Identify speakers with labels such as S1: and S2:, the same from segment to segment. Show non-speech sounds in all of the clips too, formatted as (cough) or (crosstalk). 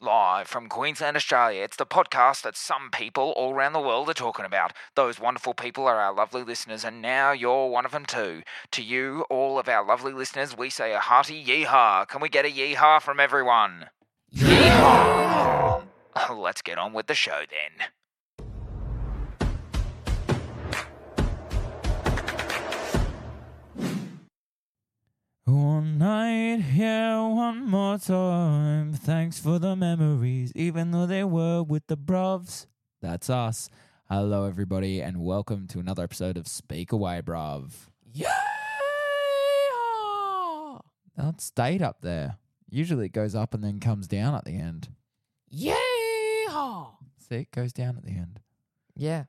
S1: live from Queensland, Australia. It's the podcast that some people all around the world are talking about. Those wonderful people are our lovely listeners, and now you're one of them too. To you, all of our lovely listeners, we say a hearty yeehaw. Can we get a yeehaw from everyone? Yeehaw! Let's get on with the show then.
S2: One night here, one more time. Thanks for the memories, even though they were with the bruvs. That's us. Hello, everybody, and welcome to another episode of Speak Away, bruv.
S3: Yeah.
S2: That stayed up there. Usually it goes up and then comes down at the end.
S3: Yeah.
S2: See, it goes down at the end.
S3: Yeah.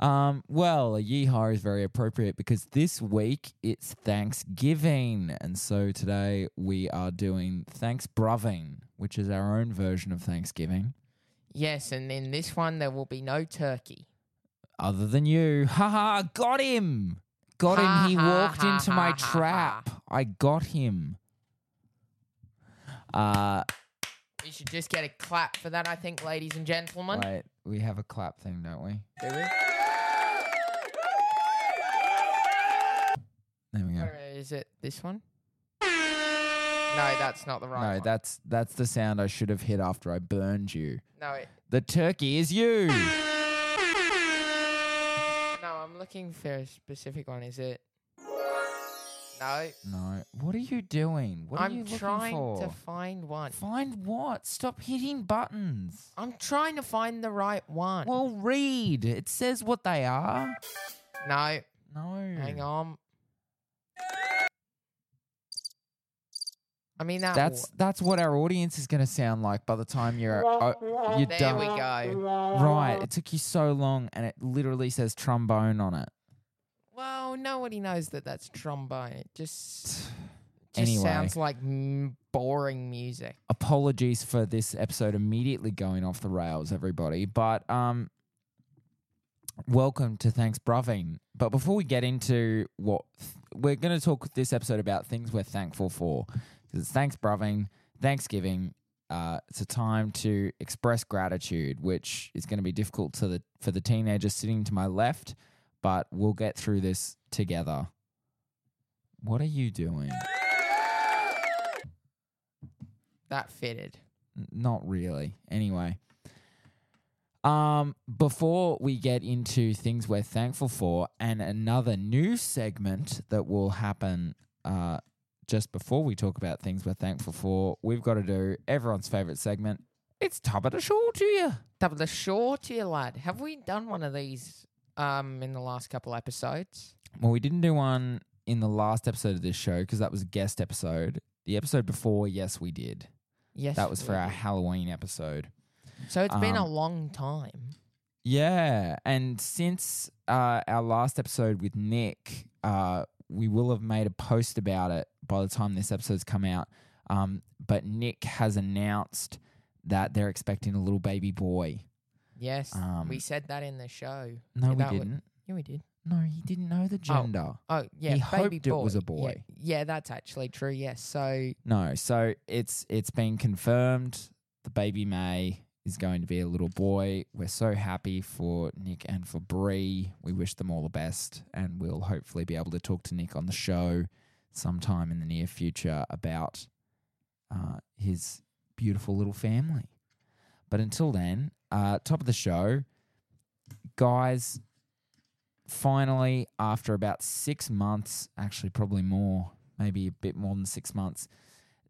S2: Um, well, a yeehaw is very appropriate because this week it's Thanksgiving, and so today we are doing Thanks Bruving, which is our own version of Thanksgiving,
S3: Yes, and in this one there will be no turkey.
S2: other than you. Ha ha! Got him! Got
S3: Ha
S2: him! He
S3: ha
S2: walked
S3: ha
S2: into
S3: ha
S2: my
S3: ha ha.
S2: trap. I got him. Uh,
S3: We should just get a clap for that, I think, ladies and gentlemen.
S2: wait, we have a clap thing, don't we?
S3: Do we?
S2: There we go.
S3: Or is it this one? No, that's not the right
S2: No,
S3: one.
S2: that's that's the sound I should have hit after I burned you.
S3: no, it,
S2: The turkey is you.
S3: no, I'm looking for a specific one. Is it? No,
S2: No. What are you doing? What are you
S3: I'm
S2: looking
S3: trying
S2: for?
S3: to find one.
S2: Find what? Stop hitting buttons.
S3: I'm trying to find the right one.
S2: Well, read. It says what they are.
S3: no,
S2: No.
S3: hang on. I mean that.
S2: That's that's what our audience is going to sound like by the time you're oh, you're
S3: There
S2: done.
S3: we go.
S2: Right. It took you so long, and it literally says trombone on it.
S3: Well, nobody knows that that's trombone. It just, just
S2: Anyway.
S3: sounds like m- boring music.
S2: Apologies for this episode immediately going off the rails, everybody. But um, welcome to Thanks Broving. But before we get into what th- we're going to talk this episode about, things we're thankful for, 'Cause it's Thanks Broving, Thanksgiving. Uh, it's a time to express gratitude, which is going to be difficult to the for the teenager sitting to my left, but we'll get through this together. What are you doing?
S3: That fitted.
S2: N- not really. Anyway, um, before we get into things we're thankful for and another new segment that will happen uh, just before we talk about things we're thankful for, we've got to do everyone's favorite segment. It's top of the show to you.
S3: Double the short to you, lad. Have we done one of these um in the last couple episodes?
S2: Well, we didn't do one in the last episode of this show because that was a guest episode. The episode before, yes, we did.
S3: Yes.
S2: That was
S3: we
S2: for our
S3: did.
S2: Halloween episode.
S3: So it's been a
S2: um,
S3: long time.
S2: Yeah, and since uh, our last episode with Nick, uh, we will have made a post about it by the time this episode's come out. Um, but Nick has announced that they're expecting a little baby boy.
S3: Yes.
S2: um,
S3: we said that in the show.
S2: No,
S3: Yeah,
S2: we
S3: that wa-
S2: didn't.
S3: yeah, we did.
S2: no, he didn't know the gender.
S3: Oh, yeah.
S2: He
S3: baby
S2: hoped it was a
S3: Yeah,
S2: boy.
S3: yeah, that's actually true. Yes. So
S2: No, so it's it's been confirmed. The baby May is going to be a little boy. We're so happy for Nick and for Bree. We wish them all the best, and we'll hopefully be able to talk to Nick on the show sometime in the near future about uh, his beautiful little family. But until then, uh, top of the show, guys. Finally, after about six months, actually probably more, maybe a bit more than six months,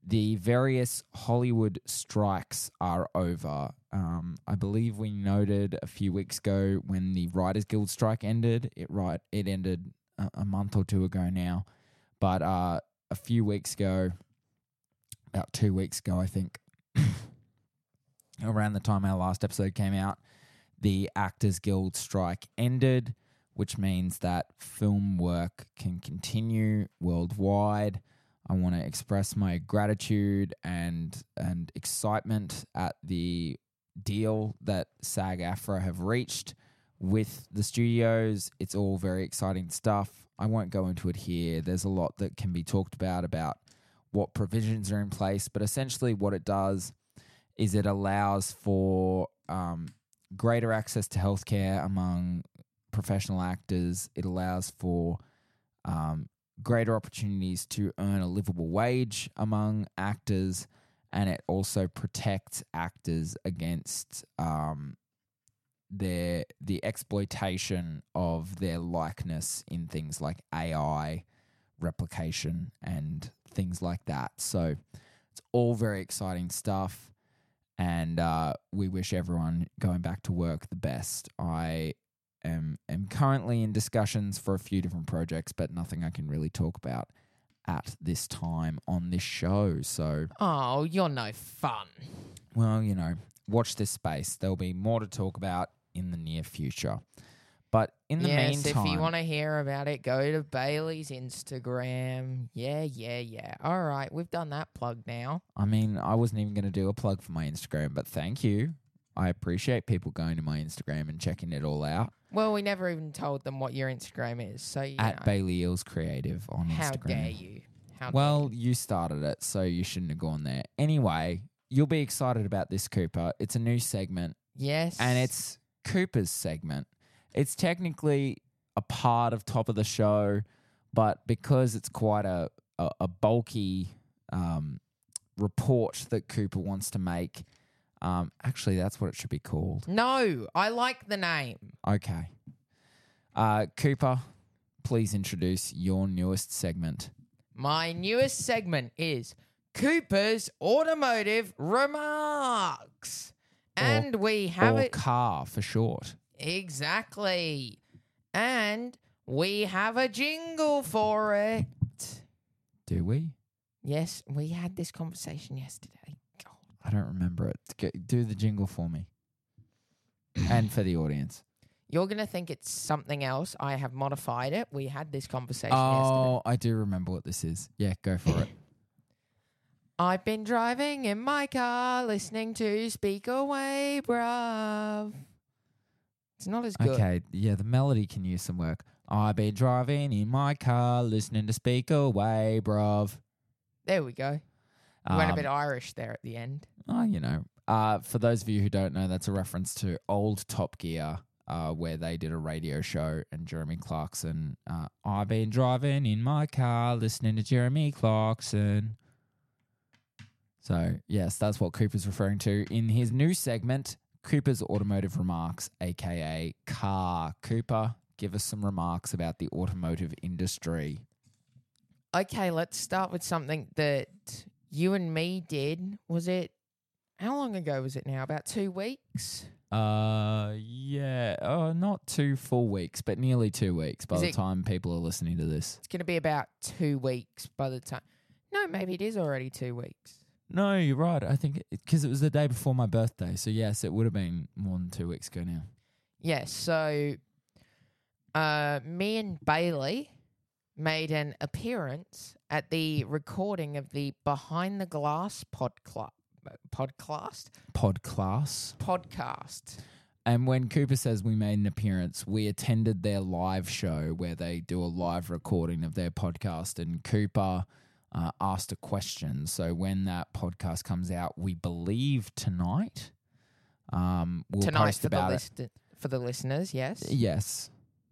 S2: the various Hollywood strikes are over. Um, I believe we noted a few weeks ago when the Writers Guild strike ended. It right, it ended a, a month or two ago now, but uh, a few weeks ago, about two weeks ago, I think, (coughs) around the time our last episode came out, the Actors Guild strike ended, which means that film work can continue worldwide. I want to express my gratitude and and excitement at the deal that SAG AFRA have reached with the studios. It's all very exciting stuff. I won't go into it here. There's a lot that can be talked about about what provisions are in place, but essentially what it does is it allows for um, greater access to healthcare among professional actors. It allows for um, greater opportunities to earn a livable wage among actors, and it also protects actors against um, their the exploitation of their likeness in things like AI replication and things like that. So it's all very exciting stuff. And uh, we wish everyone going back to work the best. I am am currently in discussions for a few different projects, but nothing I can really talk about at this time on this show. So,
S3: Oh, you're no fun.
S2: well, you know, watch this space. There'll be more to talk about in the near future. But in the
S3: yes,
S2: meantime,
S3: if you want to hear about it, go to Bailey's Instagram. Yeah, yeah, yeah. All right, we've done that plug now.
S2: I mean, I wasn't even going to do a plug for my Instagram, but thank you. I appreciate people going to my Instagram and checking it all out
S3: Well, we never even told them what your Instagram is, so you
S2: at
S3: know,
S2: Bailey Eels Creative on
S3: how
S2: Instagram.
S3: dare you? How
S2: Well, you started it, so you shouldn't have gone there. Anyway, you'll be excited about this, Cooper. It's a new segment,
S3: dare you? yes,
S2: and it's Cooper's segment. It's technically a part of top of the show, but because it's quite a a, a bulky um, report that Cooper wants to make, um, actually, that's what it should be called.
S3: no. I like the name.
S2: Okay, uh, Cooper, please introduce your newest segment.
S3: My newest segment is Cooper's Automotive Remarks. And we have
S2: or
S3: it
S2: car for short.
S3: exactly. And we have a jingle for it.
S2: Do we?
S3: Yes, we had this conversation yesterday. God.
S2: I don't remember it. G- Do the jingle for me and for the
S3: (laughs)
S2: audience.
S3: You're going to think it's something else. I have modified it. We had this conversation yesterday.
S2: Oh, I do remember what this is. Yeah, go for it.
S3: I've been driving in my car listening to Speak Away, bruv. It's not as (laughs) good.
S2: okay, yeah, the melody can use some work. I be driving in my car, listening to Speak Away, bruv.
S3: There we go. You went a
S2: Um,
S3: bit Irish there at the end.
S2: Oh, you know. Uh, for those of you who don't know, that's a reference to old Top Gear, uh, where they did a radio show and Jeremy Clarkson. Uh, I've been driving in my car listening to Jeremy Clarkson. So, yes, that's what Cooper's referring to in his new segment, Cooper's Automotive Remarks, aka Car. Cooper, give us some remarks about the automotive industry.
S3: Okay, let's start with something that you and me did. Was it how long ago was it now? About two weeks?
S2: Uh, yeah. Oh, not two full weeks, but nearly two weeks by
S3: Is
S2: the
S3: it-
S2: time people are listening to this.
S3: It's gonna be about two weeks by the time No, maybe it is already two weeks.
S2: No, you're right. I think because it was the day before my birthday, so yes, it would have been more than two weeks ago now.
S3: Yes, so uh me and Bailey made an appearance at the recording of the Behind the Glass podcla- podcast
S2: Pod class.
S3: podcast.
S2: And when Cooper says we made an appearance, we attended their live show where they do a live recording of their podcast. And Cooper uh, asked a question. So when that podcast comes out, we believe tonight. Um, we'll
S3: Tonight
S2: post
S3: for the
S2: about it.
S3: list- for the listeners, yes.
S2: Yes,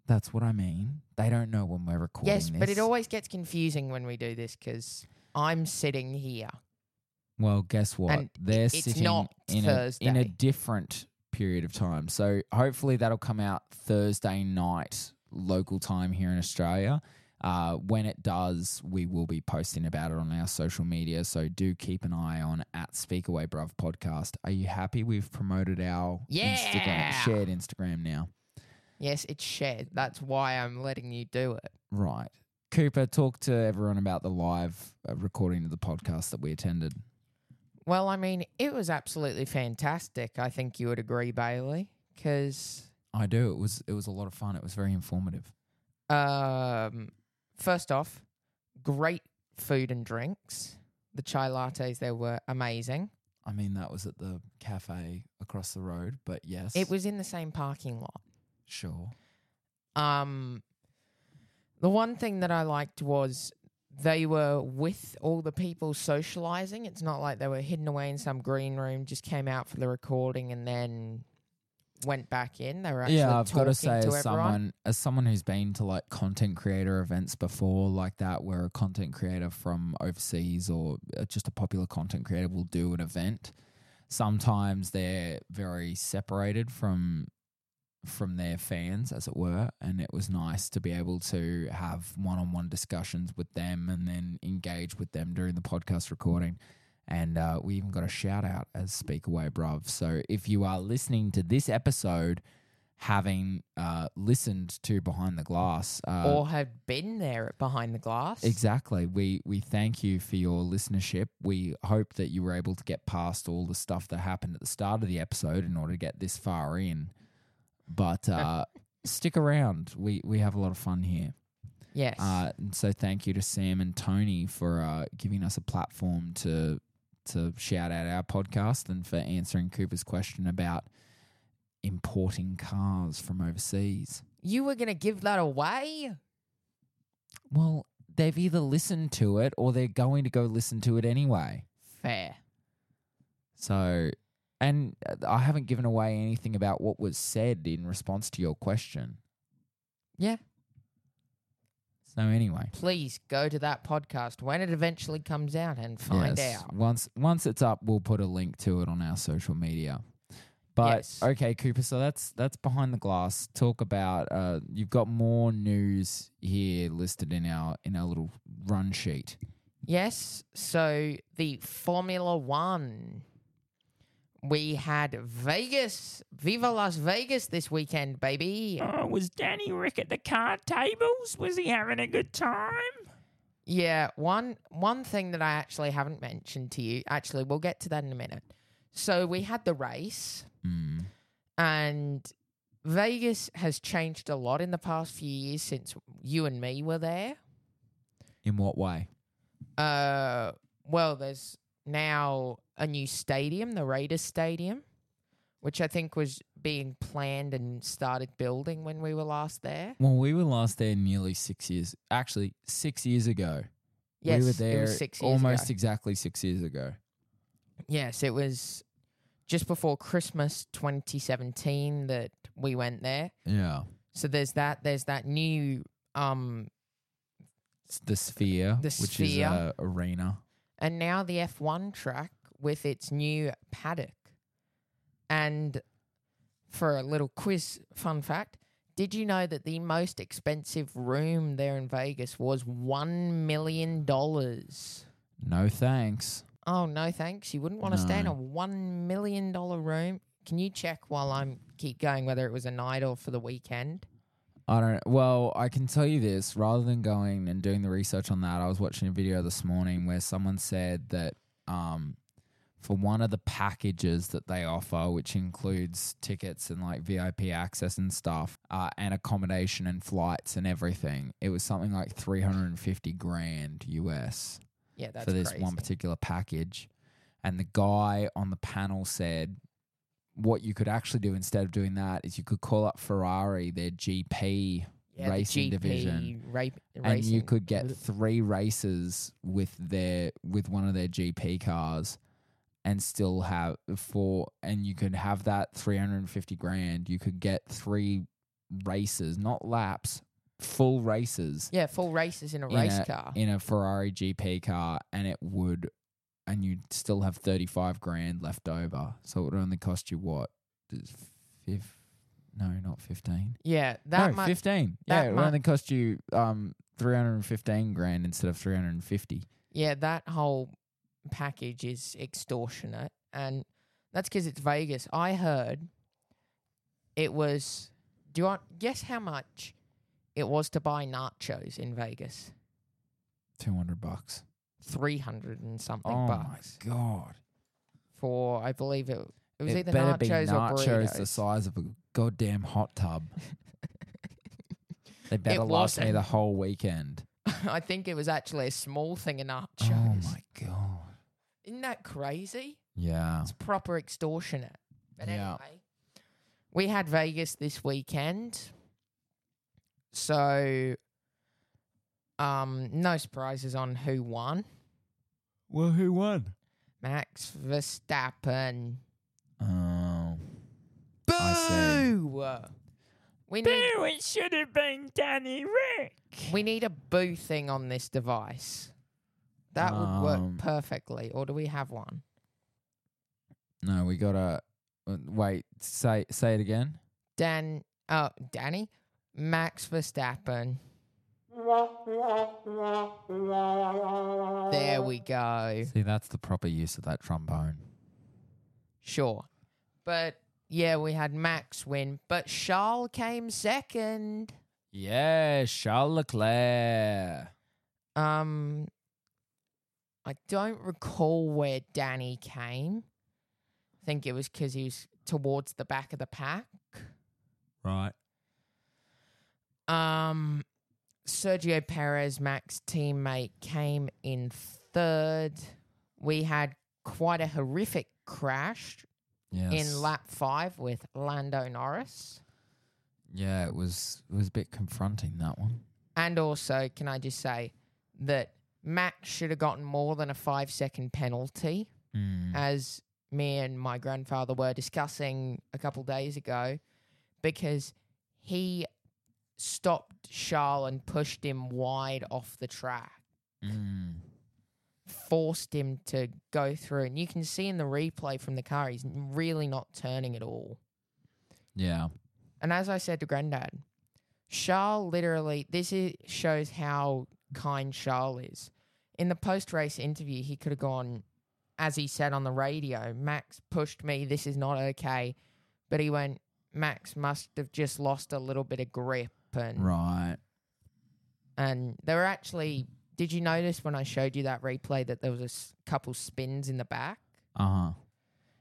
S2: that's what I mean. They don't know when we're recording.
S3: Yes, but
S2: this.
S3: it always gets confusing when we do this because I'm sitting here.
S2: Well, guess what?
S3: And
S2: They're
S3: it's
S2: sitting
S3: not
S2: in a, in a
S3: Thursday.
S2: different period of time. So hopefully that'll come out Thursday night local time here in Australia. Uh, when it does, we will be posting about it on our social media. So do keep an eye on at Speak Away Bruv podcast. Are you happy we've promoted our Instagram
S3: Yeah.
S2: shared Instagram now?
S3: Yes, it's shared. That's why I'm letting you do it.
S2: Right. Cooper, talk to everyone about the live uh, recording of the podcast that we attended.
S3: Well, I mean, it was absolutely fantastic. I think you would agree, Bailey, because
S2: I do. It was it was a lot of fun. It was very informative.
S3: um, first off, great food and drinks. The chai lattes there were amazing.
S2: I mean, that was at the cafe across the road, but yes,
S3: It was in the same parking lot.
S2: sure.
S3: Um, the one thing that I liked was they were with all the people socializing. It's not like they were hidden away in some green room, just came out for the recording and then went back in. They were actually
S2: yeah, I've got
S3: talking
S2: to say, as
S3: to everyone.
S2: someone as someone who's been to like content creator events before, like that, where a content creator from overseas or uh, just a popular content creator will do an event. Sometimes they're very separated from from their fans, as it were, and it was nice to be able to have one on one discussions with them and then engage with them during the podcast recording. And uh, we even got a shout out as Speak Away Bruv. So if you are listening to this episode, having uh, listened to Behind the Glass, uh,
S3: or had been there at behind the glass.
S2: Exactly. We we thank you for your listenership. We hope that you were able to get past all the stuff that happened at the start of the episode in order to get this far in. (laughs) But uh, stick around. We we have a lot of fun here.
S3: Yes.
S2: Uh, and so thank you to Sam and Tony for uh, giving us a platform to to shout out our podcast and for answering Cooper's question about importing cars from overseas.
S3: you were going to give that away?
S2: Well, they've either listened to it or they're going to go listen to it anyway.
S3: Fair.
S2: So, and uh, I haven't given away anything about what was said in response to your question.
S3: Yeah.
S2: So anyway,
S3: Please go to that podcast when it eventually comes out and find
S2: yes,
S3: out.
S2: once once it's up, we'll put a link to it on our social media. But
S3: Yes.
S2: okay, Cooper. So that's that's behind the glass. Talk about uh, you've got more news here listed in our in our little run sheet.
S3: Yes. So the Formula One. We had Vegas. Viva Las Vegas this weekend, baby.
S4: Oh, was Danny Rick at the card tables? Was he having a good time?
S3: Yeah, one one thing that I actually haven't mentioned to you. Actually, we'll get to that in a minute. So we had the race
S2: Mm.
S3: and Vegas has changed a lot in the past few years since you and me were there.
S2: In what way?
S3: Uh well, there's now a new stadium, the Raiders Stadium, which I think was being planned and started building when we were last there.
S2: Well, we were last there nearly six years. Actually, six years ago.
S3: Yes,
S2: we were
S3: it
S2: there
S3: was six years
S2: almost
S3: ago.
S2: exactly six years ago.
S3: Yes, it was just before Christmas 2017 that we went there.
S2: Yeah,
S3: So there's that. There's that new um,
S2: it's the Sphere,
S3: The
S2: which is
S3: Sphere.
S2: a arena.
S3: and now the F1 track with its new paddock. And for a little quiz fun fact, did you know that the most expensive room there in Vegas was one million dollars?
S2: No thanks.
S3: Oh no, thanks. You wouldn't want to stay in
S2: No.
S3: a one million dollar room. Can you check while I'm keep going whether it was a night or for the weekend?
S2: I don't. Well, I can tell you this. Rather than going and doing the research on that, I was watching a video this morning where someone said that um, for one of the packages that they offer, which includes tickets and like VIP access and stuff, uh, and accommodation and flights and everything, it was something like three hundred and fifty grand US.
S3: Yeah, that's
S2: for this
S3: crazy.
S2: one particular package. And the guy on the panel said, what you could actually do instead of doing that is you could call up Ferrari, their GP,
S3: yeah, the
S2: racing division.
S3: GP ra-
S2: and you
S3: racing.
S2: could get three races with their with one of their GP cars, and still have four. And you could have that three hundred and fifty grand. You could get three races, not laps, full races
S3: Yeah, full races in a
S2: in
S3: race
S2: a-
S3: car.
S2: in a Ferrari GP car, and it would, and you'd still have thirty five grand left over. So it would only cost you what, fifth? No, not fifteen.
S3: yeah, that
S2: no,
S3: much.
S2: fifteen.
S3: that
S2: yeah, it
S3: mu-
S2: would only cost you um three hundred and fifteen grand instead of three hundred and fifty.
S3: yeah, that whole package is extortionate, and that's because it's Vegas. I heard it was. Do you want guess how much it was to buy nachos in Vegas?
S2: Two hundred bucks.
S3: Three hundred and something
S2: oh
S3: bucks
S2: my god!
S3: for, I believe it. It was
S2: it
S3: either
S2: better
S3: nachos,
S2: be nachos
S3: or burritos.
S2: the size of a goddamn hot tub.
S3: (laughs)
S2: they better last me
S3: wasn't.
S2: the whole weekend.
S3: (laughs) I think it was actually a small thing of nachos.
S2: Oh my god!
S3: Isn't that crazy?
S2: Yeah.
S3: It's proper extortionate. But
S2: Yeah.
S3: anyway, we had Vegas this weekend. So Um, no surprises on who won.
S2: Well, who won?
S3: Max Verstappen.
S2: Oh, I
S3: Boo! We
S4: Boo,
S3: need
S4: it should have been Danny Rick.
S3: we need a boo thing on this device. That would
S2: Um,
S3: work perfectly. Or do we have one?
S2: no, we gotta uh, wait. Say say it again.
S3: Dan, oh, Danny, Max Verstappen. There we go.
S2: See, that's the proper use of that trombone.
S3: Sure. But yeah, we had Max win, but Charles came second.
S2: Yeah, Charles Leclerc.
S3: Um I don't recall where Danny came. I think it was cuz he was towards the back of the pack.
S2: Right.
S3: Um Sergio Perez, Max teammate, came in third. We had quite a horrific crash
S2: Yes.
S3: in lap 5 with Lando Norris.
S2: Yeah, it was it was a bit confronting that one.
S3: And also, can I just say that Max should have gotten more than a five second penalty,
S2: Mm.
S3: as me and my grandfather were discussing a couple days ago, because he stopped Charles and pushed him wide off the track,
S2: Mm.
S3: forced him to go through. And you can see in the replay from the car, he's really not turning at all.
S2: Yeah.
S3: And as I said to Grandad, Charles literally, this is, shows how kind Charles is. In the post race interview, he could have gone, as he said on the radio, Max pushed me, this is not okay. But he went, Max must have just lost a little bit of grip. And,
S2: Right.
S3: and there were actually, did you notice when I showed you that replay that there was a s- couple spins in the back?
S2: Uh huh.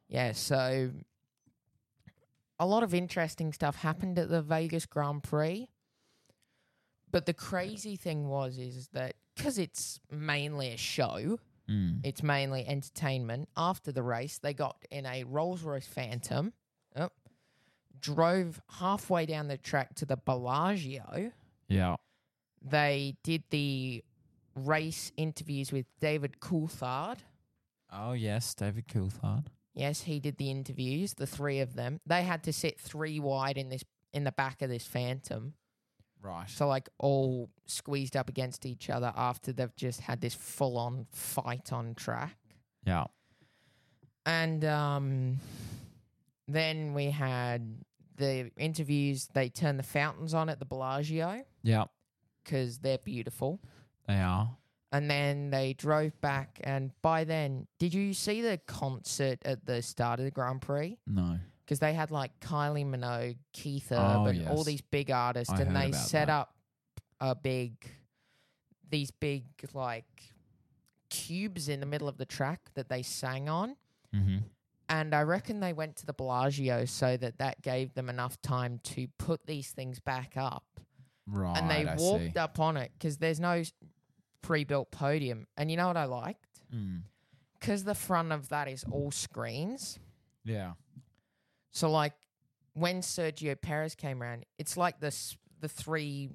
S3: Yeah, so a lot of interesting stuff happened at the Vegas Grand Prix. But the crazy thing was is that cuz it's mainly a show,
S2: Mm.
S3: it's mainly entertainment. After the race, they got in a Rolls-Royce Phantom. Yep. Drove halfway down the track to the Bellagio.
S2: Yeah.
S3: They did the race interviews with David Coulthard.
S2: Oh yes, David Coulthard.
S3: Yes, he did the interviews, the three of them. They had to sit three wide in this in the back of this phantom.
S2: Right.
S3: So like all squeezed up against each other after they've just had this full on fight on track.
S2: yeah.
S3: And um then we had the interviews, they turned the fountains on at the Bellagio
S2: Yeah.
S3: because they're beautiful.
S2: They are.
S3: And then they drove back and by then did you see the concert at the start of the Grand Prix?
S2: No.
S3: because they had like Kylie Minogue, Keith
S2: Oh,
S3: Urban, all
S2: yes.
S3: these big artists,
S2: I
S3: and
S2: heard
S3: they
S2: about
S3: set
S2: that.
S3: up a big, these big like cubes in the middle of the track that they sang on.
S2: Mm-hmm.
S3: And I reckon they went to the Bellagio so that that gave them enough time to put these things back up.
S2: Right.
S3: and they
S2: I
S3: walked
S2: see.
S3: up on it because there's no pre built podium. And you know what I liked?
S2: Mm.
S3: Because the front of that is all screens.
S2: Yeah.
S3: So like when Sergio Perez came around, it's like the s- the three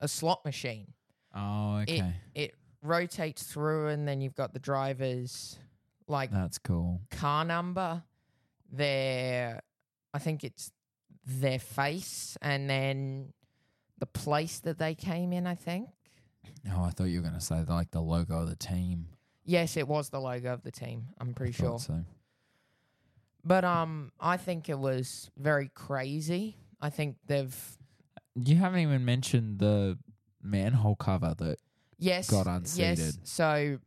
S3: a slot machine.
S2: Oh, okay.
S3: It rotates through, and then you've got the driver's like
S2: That's cool.
S3: car number, their I think it's their face, and then the place that they came in. I think
S2: Oh, I thought you were gonna say like the logo of the team.
S3: yes, it was the logo of the team. I'm pretty
S2: I thought
S3: sure.
S2: So.
S3: But um, I think it was very crazy. I think they've
S2: You haven't even mentioned the manhole cover that.
S3: Yes.
S2: got
S3: Yes.
S2: unseated.
S3: So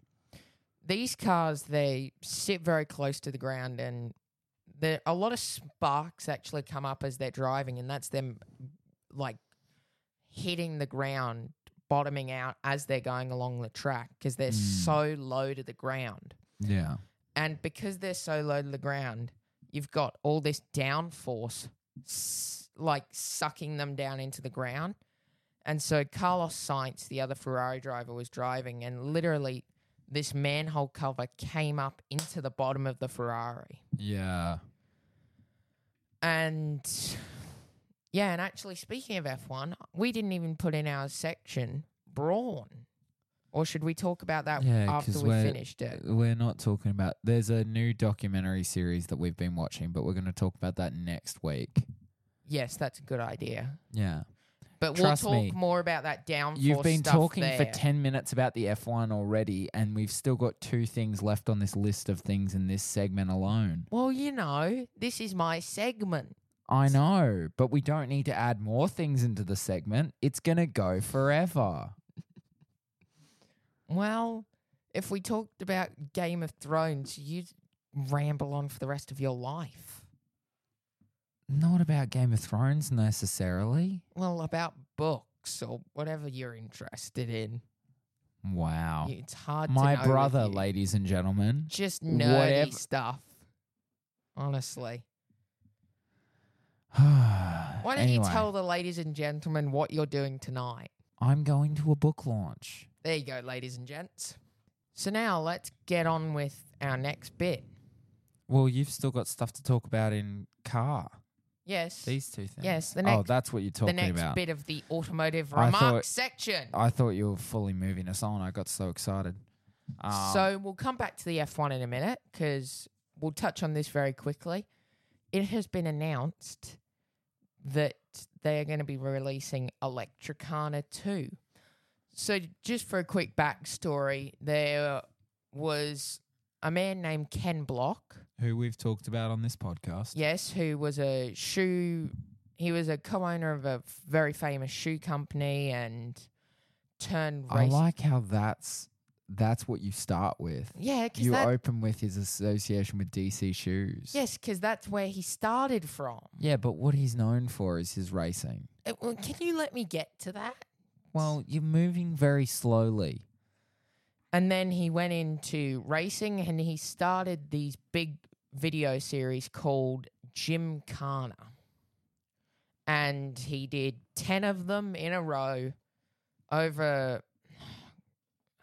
S3: these cars they sit very close to the ground and there a lot of sparks actually come up as they're driving and that's them like hitting the ground bottoming out as they're going along the track because they're
S2: Mm.
S3: so low to the ground
S2: Yeah.
S3: and because they're so low to the ground you've got all this downforce s- like sucking them down into the ground and so carlos sainz the other ferrari driver was driving and literally this manhole cover came up into the bottom of the ferrari
S2: Yeah.
S3: and yeah and actually speaking of f1 we didn't even put in our section brawn? Or should we talk about that
S2: Yeah,
S3: after
S2: 'cause
S3: we
S2: we're-
S3: finished it?
S2: We're not talking about. There's a new documentary series that we've been watching, but we're going to talk about that next week.
S3: Yes, that's a good idea.
S2: Yeah.
S3: But
S2: Trust
S3: we'll talk
S2: me,
S3: more about that downfall.
S2: You've been
S3: stuff
S2: talking for
S3: there.
S2: 10 minutes about the F1 already, and we've still got two things left on this list of things in this segment alone.
S3: Well, you know, this is my segment.
S2: I know, but we don't need to add more things into the segment. It's going to go forever.
S3: Well, if we talked about Game of Thrones, you'd ramble on for the rest of your life.
S2: Not about Game of Thrones necessarily.
S3: Well, about books or whatever you're interested in.
S2: Wow.
S3: It's hard to know
S2: Oh. My
S3: with
S2: brother,
S3: you.
S2: ladies and gentlemen. (sighs)
S3: Just nerdy
S2: Whatever.
S3: stuff. Honestly. Why
S2: Why
S3: don't you tell the ladies and gentlemen what you're doing tonight?
S2: I'm going to a book launch.
S3: There you go, ladies and gents. So now let's get on with our next bit.
S2: Well, you've still got stuff to talk about in car.
S3: Yes.
S2: These two things.
S3: Yes, the
S2: oh,
S3: next-
S2: that's what you're
S3: the
S2: talking
S3: next
S2: about.
S3: bit of the automotive
S2: I
S3: remarks
S2: thought-
S3: section.
S2: I thought you were fully moving us on. I got so excited. Um,
S3: so we'll come back to the F1 in a minute because we'll touch on this very quickly. It has been announced that they are going to be releasing Electricana 2. So, just for a quick backstory, there was a man named Ken Block,
S2: who we've talked about on this podcast.
S3: yes, who was a shoe. He was a co-owner of a very famous shoe company and turned
S2: I
S3: race.
S2: like how that's that's what you start with.
S3: yeah, because
S2: You
S3: that
S2: open with his association with DC shoes.
S3: Yes, because that's where he started from.
S2: Yeah, but what he's known for is his racing.
S3: Uh, well, Can you let me get to that?
S2: Well, you're moving very slowly.
S3: And then he went into racing and he started these big video series called Jim Kana. And he did 10 of them in a row over,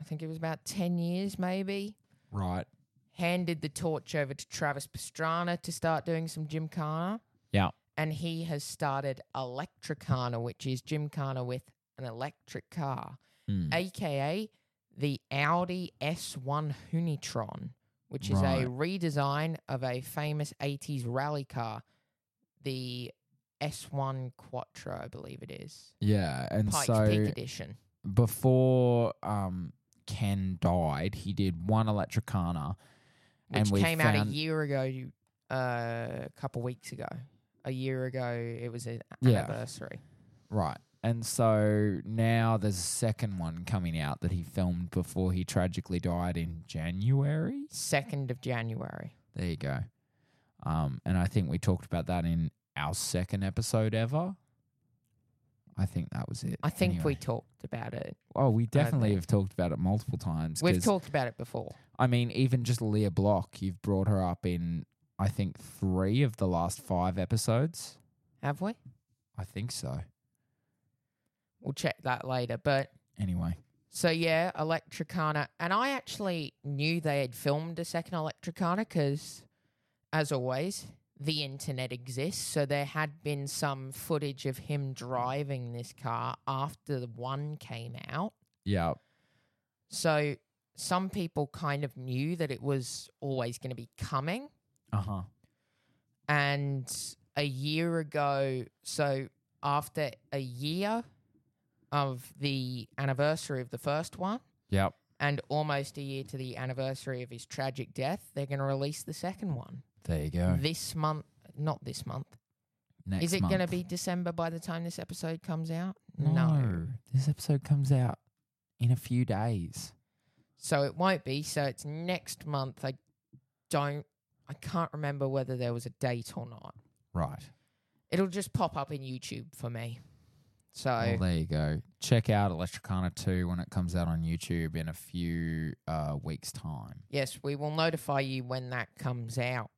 S3: I think it was about 10 years maybe.
S2: Right.
S3: handed the torch over to Travis Pastrana to start doing some Gymkhana.
S2: Yeah.
S3: And he has started Electricana, which is Gymkhana with an electric car,
S2: Mm.
S3: aka the Audi S1 Hunitron, which is a redesign of a famous 80s rally car, the S1 Quattro, I believe it is.
S2: Yeah, and
S3: Pikes
S2: so
S3: Peak Edition.
S2: before um, Ken died, he did one Electricana.
S3: which
S2: and we
S3: came out a
S2: found-
S3: year ago, you- uh, a couple weeks ago. A year ago, it was an
S2: Yeah.
S3: anniversary.
S2: Right. And so now there's a second one coming out that he filmed before he tragically died in January.
S3: Second of January.
S2: There you go. Um, and I think we talked about that in our second episode ever. I think that was it.
S3: I think we
S2: Anyway.
S3: talked about it.
S2: Oh, we definitely
S3: think-
S2: have talked about it multiple times.
S3: We've
S2: 'cause,
S3: talked about it before.
S2: I mean, even just Leah Block, you've brought her up in I think three of the last five episodes.
S3: Have we?
S2: I think so.
S3: We'll check that later. But
S2: Anyway.
S3: so yeah, Electricana, and I actually knew they had filmed a second Electricana because, as always, the internet exists. So there had been some footage of him driving this car after the one came out.
S2: Yeah.
S3: So some people kind of knew that it was always going to be coming.
S2: Uh huh.
S3: And a year ago, so after a year of the anniversary of the first one
S2: Yep.
S3: and almost a year to the anniversary of his tragic death, they're going to release the second one
S2: There you go.
S3: this month. Not this month.
S2: Next
S3: Is it
S2: month.
S3: going to be December by the time this episode comes out?
S2: This episode comes out in a few days.
S3: So it won't be. So it's next month. I don't. I can't remember whether there was a date or not.
S2: Right.
S3: It'll just pop up in YouTube for me. So
S2: Well, there you go. Check out Electricana 2 when it comes out on YouTube in a few uh, weeks' time.
S3: yes, we will notify you when that comes out.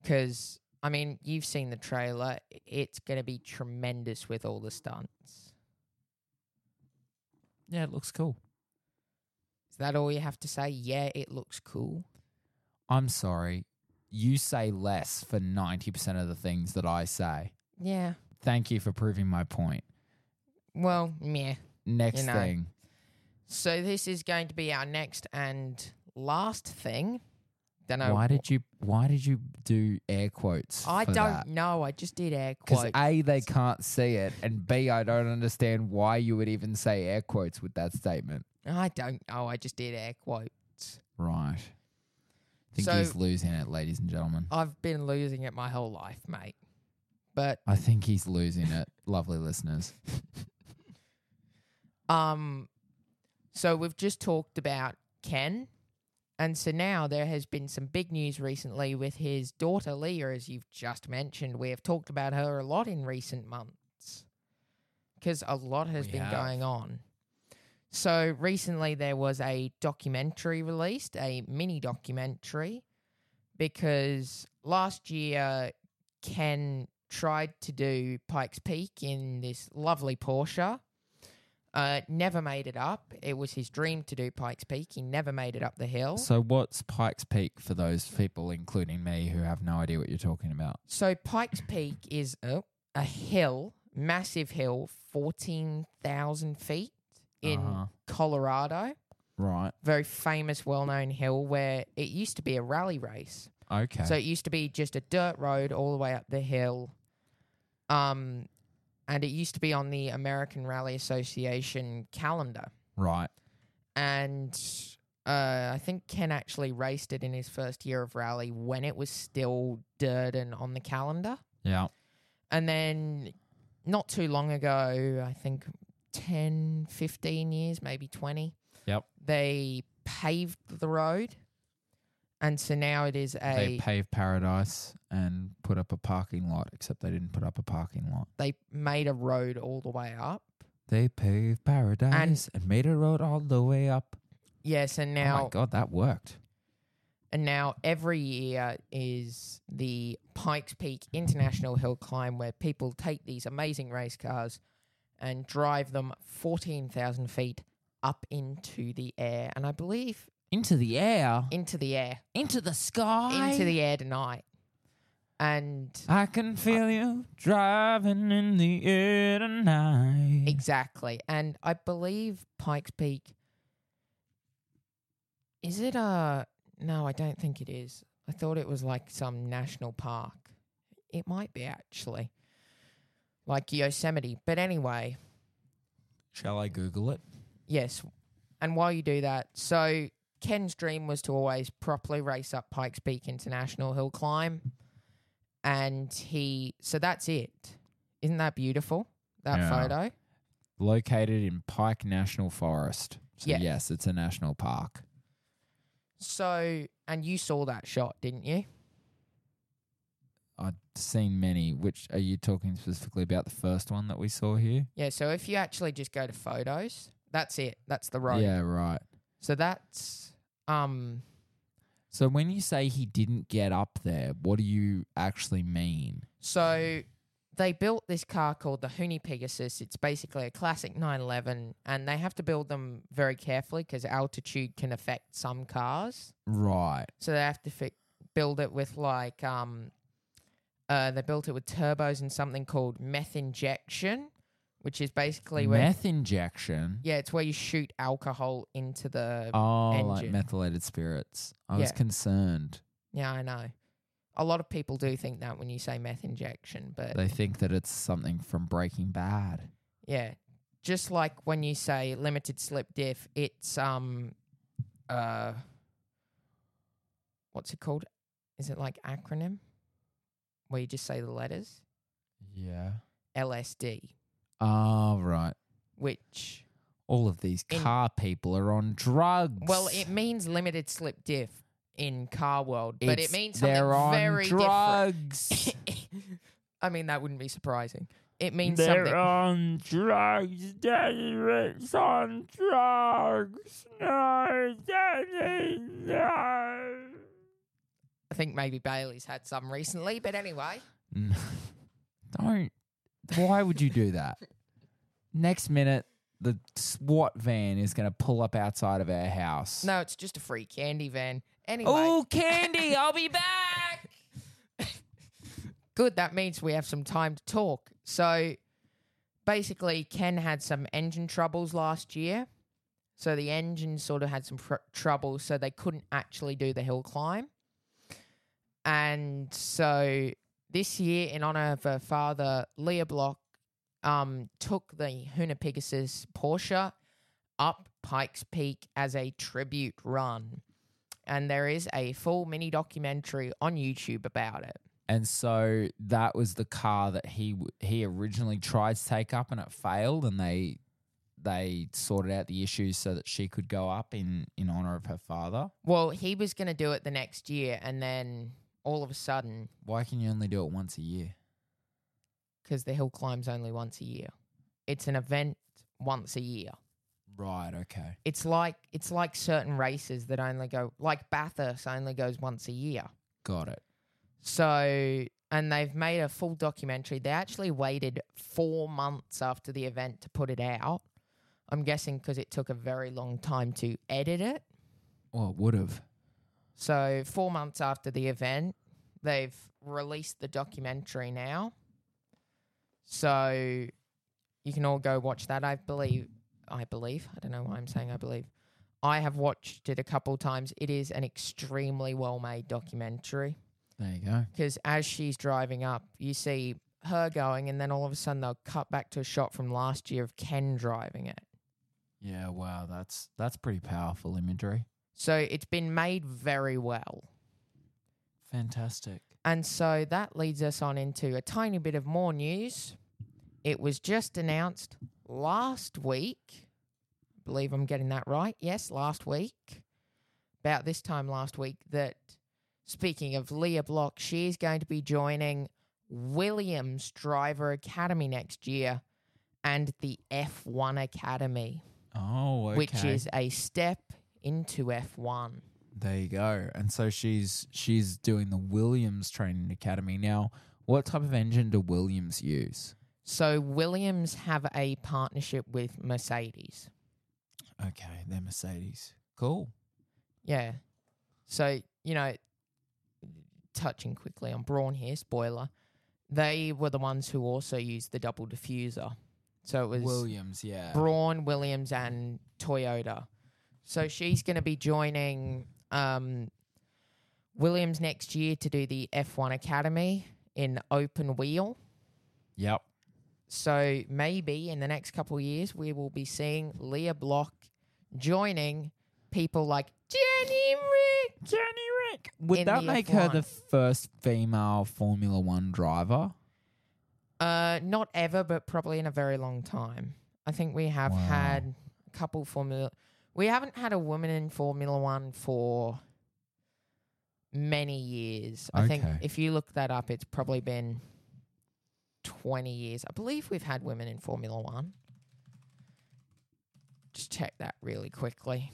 S3: Because I mean, you've seen the trailer. It's going to be tremendous with all the stunts.
S2: Yeah, it looks cool.
S3: Is that all you have to say? Yeah, it looks cool.
S2: I'm sorry. You say less for 90% of the things that I say.
S3: Yeah.
S2: Thank you for proving my point.
S3: Well, meh.
S2: Next
S3: You know.
S2: thing.
S3: So this is going to be our next and last thing. Don't know
S2: Why did you why did you do air quotes?
S3: I don't know. I just did air
S2: because
S3: quotes.
S2: A, they can't see it, and B, I don't understand why you would even say air quotes with that statement.
S3: I don't know. I just did air quotes.
S2: Right. I think
S3: So-
S2: he's losing it, ladies and gentlemen.
S3: I've been losing it my whole life, mate. But
S2: I think he's losing it, lovely listeners.
S3: um, so we've just talked about Ken, and so now there has been some big news recently with his daughter Leah, as you've just mentioned. We have talked about her a lot in recent months because a lot has
S2: We
S3: been
S2: have.
S3: going on. So recently there was a documentary released, a mini documentary, because last year Ken tried to do Pikes Peak in this lovely Porsche. Uh, never made it up. It was his dream to do Pikes Peak. He never made it up the hill.
S2: So, what's Pikes Peak for those people, including me, who have no idea what you're talking about?
S3: So Pikes Peak is a, a hill, massive hill, 14,000 feet in
S2: Uh-huh.
S3: Colorado.
S2: Right.
S3: Very famous, well known hill where it used to be a rally race.
S2: Okay.
S3: So it used to be just a dirt road all the way up the hill. Um, and it used to be on the American Rally Association calendar.
S2: right.
S3: And uh, I think Ken actually raced it in his first year of rally when it was still dirt and on the calendar.
S2: Yeah.
S3: And then not too long ago, I think 10, 15 years, maybe 20.
S2: Yep.
S3: They paved the road. And so now it is a
S2: they paved paradise and put up a parking lot, except they didn't put up a parking lot.
S3: they made a road all the way up.
S2: They paved paradise and, made a road all the way up.
S3: Yes, and
S2: oh
S3: now
S2: my god, that worked.
S3: and now every year is the Pikes Peak International Hill Climb where people take these amazing race cars and drive them 14,000 feet up into the air and I believe
S2: Into the air,
S3: into the air,
S2: into the sky,
S3: into the air tonight. And
S2: I can feel you driving in the air tonight.
S3: exactly. And I believe Pikes Peak is it a no, I don't think it is. I thought it was like some national park. It might be actually. Like Yosemite. But anyway,
S2: Shall I Google it?
S3: Yes. And while you do that, so Ken's dream was to always properly race up Pikes Peak International Hill Climb. And he, so that's it. Isn't that beautiful? That
S2: Yeah.
S3: photo?
S2: Located in Pike National Forest. So
S3: Yeah.
S2: yes, it's a national park.
S3: So, and you saw that shot, didn't you?
S2: I've seen many. Which are you talking specifically about the first one that we saw here?
S3: Yeah. So if you actually just go to photos, that's it. That's the road.
S2: Yeah, right.
S3: So that's, um,
S2: So when you say he didn't get up there, what do you actually mean?
S3: So they built this car called the Huni Pegasus. It's basically a classic 911, and they have to build them very carefully because altitude can affect some cars.
S2: Right.
S3: So they have to fi- build it with like um, uh, they built it with turbos and something called meth injection, which is basically where
S2: Meth injection.
S3: yeah, it's where you shoot alcohol into the
S2: Oh, like
S3: engine.
S2: methylated spirits. I was
S3: Yeah.
S2: concerned.
S3: yeah, I know. A lot of people do think that when you say meth injection, but
S2: They think that it's something from Breaking Bad.
S3: Yeah. Just like when you say limited slip diff, it's um uh what's it called? Is it like acronym? Where you just say the letters?
S2: Yeah.
S3: LSD,
S2: Oh, right.
S3: which
S2: All of these
S3: In-
S2: car people are on drugs.
S3: well, it means limited slip diff in car world, but
S2: It's-
S3: it means something
S2: they're on
S3: very
S2: drugs.
S3: different. (laughs) I mean, that wouldn't be surprising. It means
S4: They're
S3: something.
S4: on drugs. Daddy Rick's on drugs. No, Daddy, no.
S3: I think maybe Bailey's had some recently, but anyway.
S2: N- (laughs) Don't. Why would you do that? Next minute, the SWAT van is going to pull up outside of our house.
S3: No, it's just a free candy van. Anyway.
S2: Oh, candy! I'll
S3: (laughs)
S2: be back.
S3: back. Good. That means we have some time to talk. So basically, Ken had some engine troubles last year. So the engine sort of had some fr- trouble, so they couldn't actually do the hill climb. And so this year, in honor of her father, Leah Block um, took the Huna Pegasus Porsche up Pikes Peak as a tribute run. And there is a full mini documentary on YouTube about it.
S2: And so that was the car that he w- he originally tried to take up and it failed and they they sorted out the issues so that she could go up in in honor of her father.
S3: Well, he was going to do it the next year, and then all of a sudden,
S2: Why can you only do it once a year?
S3: because the hill climbs only once a year, it's an event once a year.
S2: Right, okay.
S3: It's like it's like certain races that only go like Bathurst only goes once a year.
S2: Got it.
S3: So, and they've made a full documentary. They actually waited four months after the event to put it out. I'm guessing because it took a very long time to edit it.
S2: Well, it would have.
S3: So, four months after the event, they've released the documentary now. So, you can all go watch that. I believe, I believe, I don't know why I'm saying I believe. I have watched it a couple times. It is an extremely well made documentary
S2: There you go.
S3: because as she's driving up, you see her going, and then all of a sudden they'll cut back to a shot from last year of Ken driving it.
S2: Yeah, wow, that's that's pretty powerful imagery.
S3: So it's been made very well.
S2: Fantastic.
S3: And so that leads us on into a tiny bit of more news. It was just announced last week. I believe I'm getting that right. Yes, last week. About this time last week, that speaking of Leah Block, she is going to be joining Williams Driver Academy next year and the F1 Academy,
S2: Oh, okay.
S3: which is a step into F1.
S2: There you go. And so she's she's doing the Williams Training Academy now. What type of engine do Williams use?
S3: So Williams have a partnership with Mercedes.
S2: Okay, they're Mercedes. Cool.
S3: Yeah. So, you know, touching quickly on Brawn here, spoiler, they were the ones who also used the double diffuser. So it was
S2: Williams, yeah.
S3: Braun, Williams, and Toyota. So she's going to be joining um, Williams next year to do the F1 Academy in open wheel.
S2: yep.
S3: So maybe in the next couple of years, we will be seeing Leah Block joining people like Jenny Rick.
S4: Jenny Rick.
S2: Would
S3: In
S2: that
S3: the
S2: make her the
S3: F1.
S2: first female Formula 1 driver?
S3: Uh, not ever, but probably in a very long time. I think we have
S2: Wow.
S3: had a couple Formula. We haven't had a woman in Formula One for many years. I think
S2: Okay.
S3: if you look that up, it's probably been twenty years. I believe we've had women in Formula One. Just check that really quickly.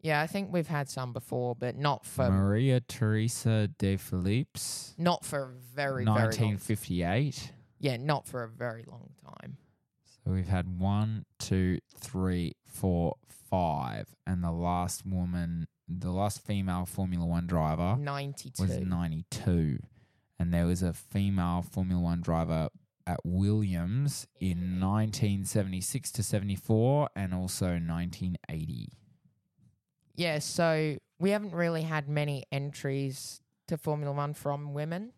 S3: Yeah, I think we've had some before, but not for
S2: Maria Teresa de Phillips,
S3: not for a very very long
S2: 1958.
S3: Yeah, not for a very long time.
S2: So we've had one, two, three, four, five, and the last woman, the last female Formula One driver
S3: 92.
S2: was 92. And there was a female Formula One driver at Williams in 1976 to 74 and also 1980.
S3: yeah, so we haven't really had many entries to Formula One from women.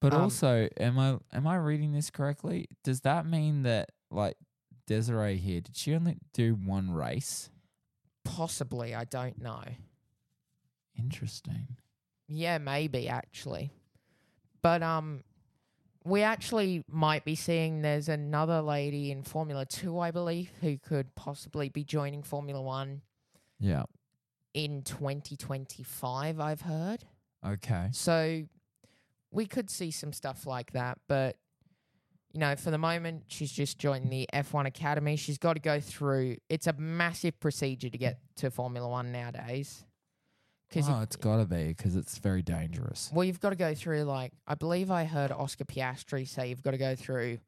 S2: But
S3: Um,
S2: also, am I am I reading this correctly? Does that mean that like Desiree here, did she only do one race?
S3: Possibly, I don't know.
S2: Interesting.
S3: Yeah, maybe actually. But um we actually might be seeing there's another lady in Formula 2, I believe, who could possibly be joining Formula 1
S2: Yeah.
S3: in 2025, I've heard.
S2: Okay.
S3: So we could see some stuff like that, but you know, for the moment, she's just joined the F1 Academy. She's got to go through. It's a massive procedure to get to Formula One nowadays. Because
S2: oh, it's got to be because it's very dangerous.
S3: well, you've got to go through like I believe I heard Oscar Piastri say you've got to go through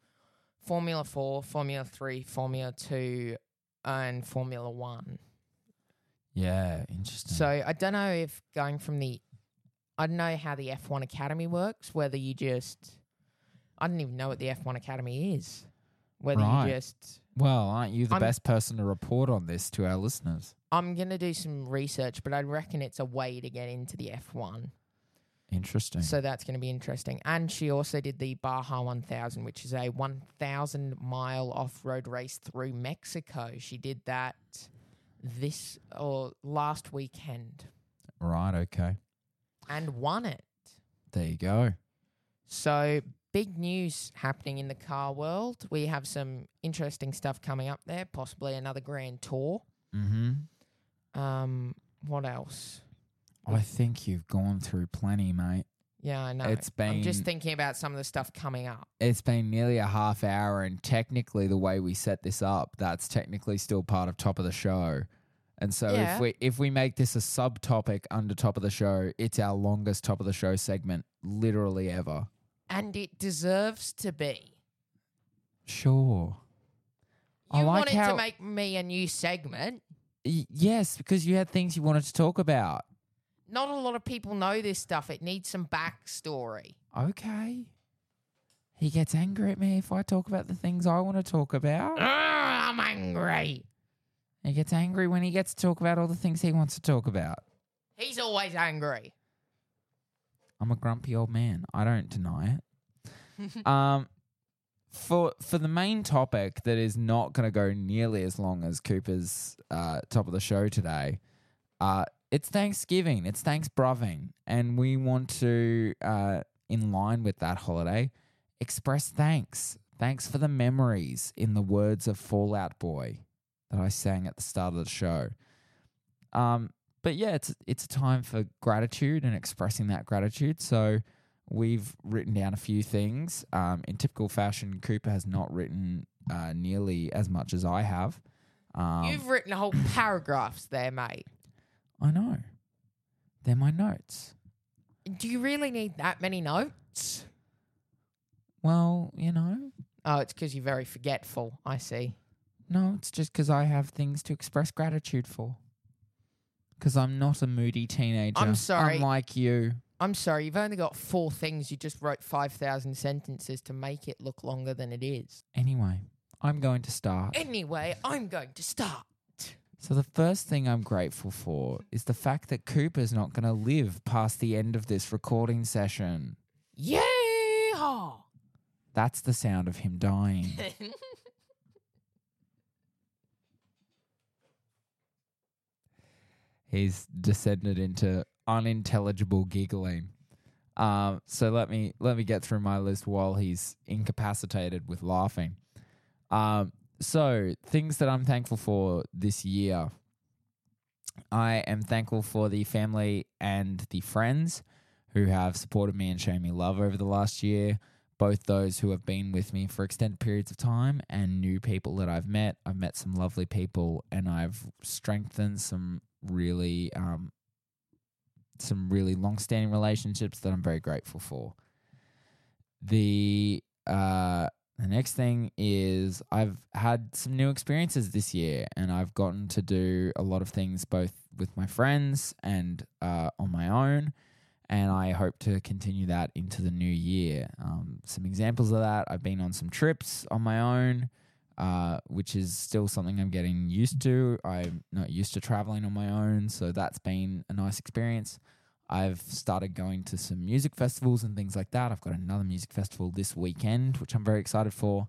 S3: Formula Four, Formula Three, Formula Two, and Formula One.
S2: Yeah, interesting.
S3: So I don't know if going from the, I don't know how the F1 Academy works. Whether you just I didn't even know what the F1 Academy is. Whether
S2: Right.
S3: you just
S2: Well, aren't you the
S3: I'm-
S2: best person to report on this to our listeners?
S3: I'm gonna do some research, but I reckon it's a way to get into the F1.
S2: Interesting.
S3: So that's going to be interesting. And she also did the Baja 1000, which is a 1,000 mile off road race through Mexico. She did that this or last weekend
S2: right, okay.
S3: and won it.
S2: There you go.
S3: So big news happening in the car world. We have some interesting stuff coming up there, possibly another grand tour.
S2: Mm-hmm.
S3: Um, what else?
S2: I think you've gone through plenty, mate.
S3: Yeah, I know.
S2: It's
S3: I'm just
S2: been-
S3: thinking about some of the stuff coming up.
S2: It's been nearly a half hour, and technically, the way we set this up, that's technically still part of top of the show. And so,
S3: Yeah.
S2: if we if we make this a subtopic under top of the show, it's our longest top of the show segment, literally ever.
S3: And it deserves to be.
S2: Sure. I
S3: You
S2: like
S3: wanted
S2: how-
S3: to make me a new segment.
S2: Y- yes, because you had things you wanted to talk about.
S3: Not a lot of people know this stuff. It needs some backstory.
S2: Okay. He gets angry at me if I talk about the things I want to talk about.
S3: Ah, I'm angry.
S2: He gets angry when he gets to talk about all the things he wants to talk about.
S3: He's always angry.
S2: I'm a grumpy old man. I don't deny it. um, for for the main topic that is not going to go nearly as long as Cooper's uh, top of the show today, uh, it's Thanksgiving. It's Thanks Broving, and we want to, uh, in line with that holiday, express thanks. Thanks for the memories, in the words of Fallout Boy, that I sang at the start of the show. Um, but yeah, it's it's a time for gratitude and expressing that gratitude. So we've written down a few things. Um, in typical fashion, Cooper has not written uh, nearly as much as I have. Um,
S3: You've written whole paragraphs there, mate.
S2: I know. They're my notes.
S3: Do you really need that many notes?
S2: Well, you know,
S3: Oh, it's because you're very forgetful. I see.
S2: no, it's just 'cause I have things to express gratitude for. 'Cause I'm not a moody teenager.
S3: sorry.
S2: Unlike you.
S3: I'm sorry. You've only got four things. You just wrote 5,000 sentences to make it look longer than it is.
S2: Anyway, I'm going to start.
S3: Anyway, I'm going to start.
S2: So the first thing I'm grateful for is the fact that Cooper's not going to live past the end of this recording session.
S3: Yeehaw! (laughs)
S2: That's the sound of him dying. He's descended into unintelligible giggling. Um, so let me let me get through my list while he's incapacitated with laughing. Um, so things that I'm thankful for this year. I am thankful for the family and the friends who have supported me and shown me love over the last year. Both those who have been with me for extended periods of time and new people that I've met. I've met some lovely people and I've strengthened some really um, some really long-standing relationships that I'm very grateful for. The uh, the next thing is I've had some new experiences this year, and I've gotten to do a lot of things both with my friends and uh, on my own. And I hope to continue that into the new year. Um, some examples of that: I've been on some trips on my own, uh, which is still something I'm getting used to. I'm not used to traveling on my own, so that's been a nice experience. I've started going to some music festivals and things like that. I've got another music festival this weekend, which I'm very excited for.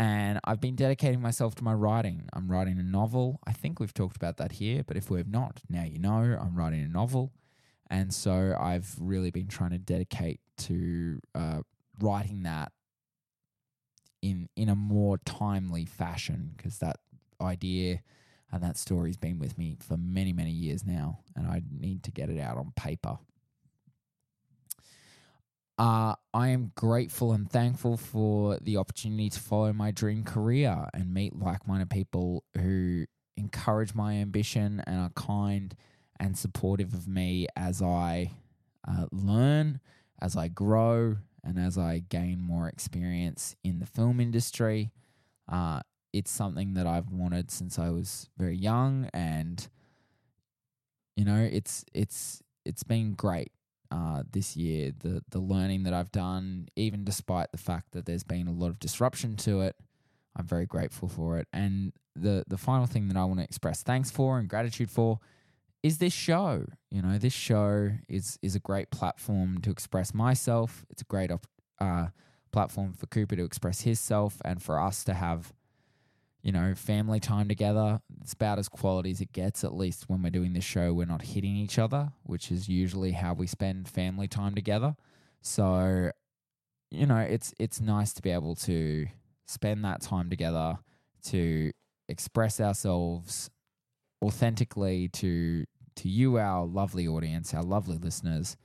S2: And I've been dedicating myself to my writing. I'm writing a novel. I think we've talked about that here, but if we've not, now you know I'm writing a novel. And so I've really been trying to dedicate to uh, writing that in in a more timely fashion because that idea and that story's been with me for many many years now and i need to get it out on paper uh, i am grateful and thankful for the opportunity to follow my dream career and meet like-minded people who encourage my ambition and are kind and supportive of me as i uh, learn as i grow and as i gain more experience in the film industry uh, it's something that I've wanted since I was very young, and you know, it's it's it's been great. uh, this year, the the learning that I've done, even despite the fact that there's been a lot of disruption to it, I'm very grateful for it. And the the final thing that I want to express thanks for and gratitude for is this show. You know, this show is is a great platform to express myself. It's a great op- uh, platform for Cooper to express his self and for us to have, you know, family time together. It's about as quality as it gets, at least when we're doing this show. We're not hitting each other, which is usually how we spend family time together. So, you know, it's it's nice to be able to spend that time together to express ourselves authentically to to you, our lovely audience, our lovely listeners,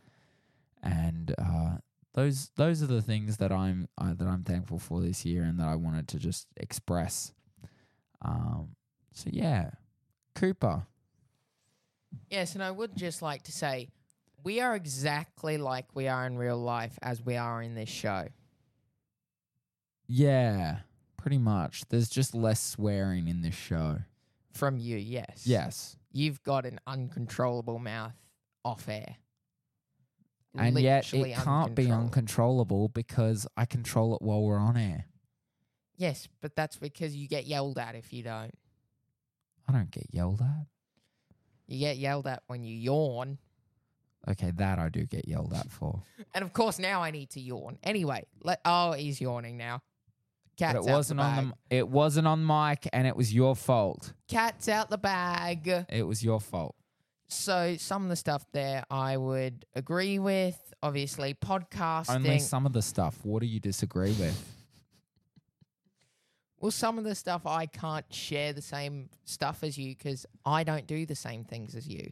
S2: and uh, those those are the things that I'm uh, that I'm thankful for this year, and that I wanted to just express. Um, so yeah, Cooper,
S3: Yes, and I would just like to say we are exactly like we are in real life as we are in this show.
S2: yeah, pretty much. There's just less swearing in this show.
S3: From you, yes.
S2: Yes,
S3: You've got an uncontrollable mouth off air.
S2: and yet
S3: Literally
S2: it can't be
S3: uncontrollable.
S2: uncontrollable because I control it while we're on air.
S3: Yes, but that's because you get yelled at if you don't.
S2: I don't get yelled at.
S3: You get yelled at when you yawn.
S2: Okay, that I do get yelled at for.
S3: And of course, now I need to yawn. Anyway, let, oh, he's yawning now. Cat's
S2: but it
S3: out
S2: wasn't
S3: the
S2: on
S3: bag.
S2: the m- it wasn't on mic, and it was your fault.
S3: Cat's out the bag.
S2: It was your fault.
S3: So some of the stuff there I would agree with. Obviously, podcasting.
S2: Only some of the stuff. What do you disagree with?
S3: well, some of the stuff I can't share the same stuff as you because I don't do the same things as you.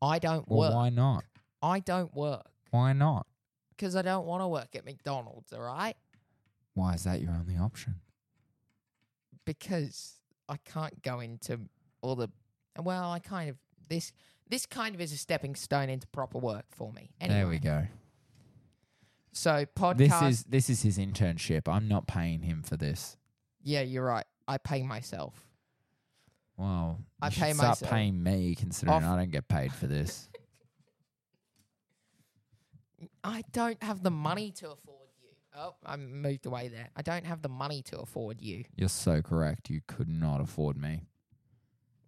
S3: I don't
S2: Well,
S3: work.
S2: why not?
S3: I don't work
S2: Why not?
S3: because I don't want to work at McDonald's. All right,
S2: Why is that your only option?
S3: because I can't go into all the. Well, I kind of this this kind of is a stepping stone into proper work for me. Anyway,
S2: There we go.
S3: So podcast.
S2: This is this is his internship. I'm not paying him for this.
S3: yeah, you're right. I pay myself.
S2: Well,
S3: I
S2: you should
S3: pay
S2: start
S3: myself.
S2: paying me considering
S3: Off-
S2: I don't get paid for this. (laughs)
S3: I don't have the money to afford you. Oh, I moved away there. I don't have the money to afford you.
S2: You're so correct. You could not afford me.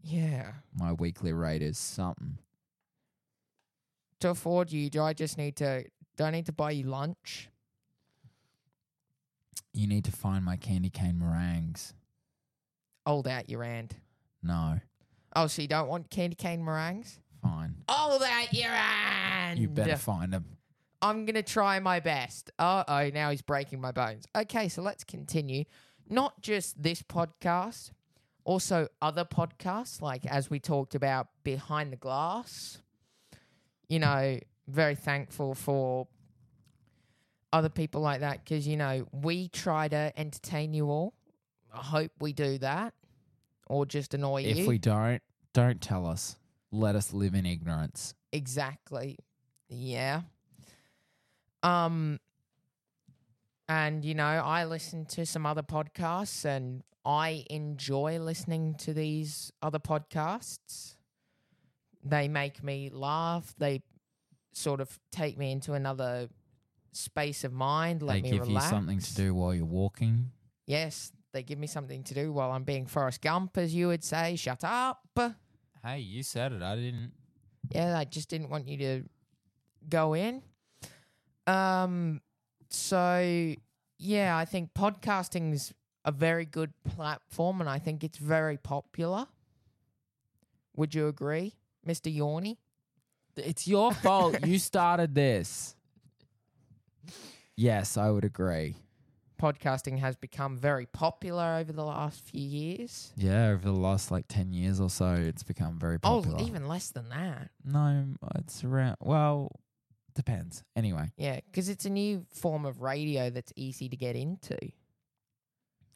S3: Yeah.
S2: My weekly rate is something.
S3: To afford you, do I just need to do I need to buy you lunch?
S2: You need to find my candy cane meringues.
S3: Old out your hand.
S2: No,
S3: Oh, so you don't want candy cane meringues?
S2: fine.
S3: Old out your hand.
S2: You better find them.
S3: I'm gonna try my best. Uh oh, now he's breaking my bones. Okay, so let's continue. Not just this podcast, also other podcasts, like as we talked about Behind the Glass. You know, very thankful for other people like that because, you know, we try to entertain you all. I hope we do that or just annoy you.
S2: If we don't, don't tell us. Let us live in ignorance.
S3: Exactly. Yeah. Um and you know, I listen to some other podcasts and I enjoy listening to these other podcasts. They make me laugh. They sort of take me into another space of mind, let
S2: they
S3: me
S2: give
S3: relax.
S2: you something to do while you're walking.
S3: Yes, they give me something to do while I'm being Forrest Gump, as you would say. Shut up.
S2: Hey, you said it. I didn't.
S3: yeah, I just didn't want you to go in. Um, so yeah, I think podcasting's a very good platform, and I think it's very popular. Would you agree, Mister Yawny?
S2: It's your fault. you started this. Yes, I would agree.
S3: (laughs) Podcasting has become very popular over the last few years.
S2: Yeah, over the last like 10 years or so, it's become very popular.
S3: Oh, even less than that.
S2: No, it's around. Well, depends. Anyway,
S3: Yeah, because it's a new form of radio that's easy to get into.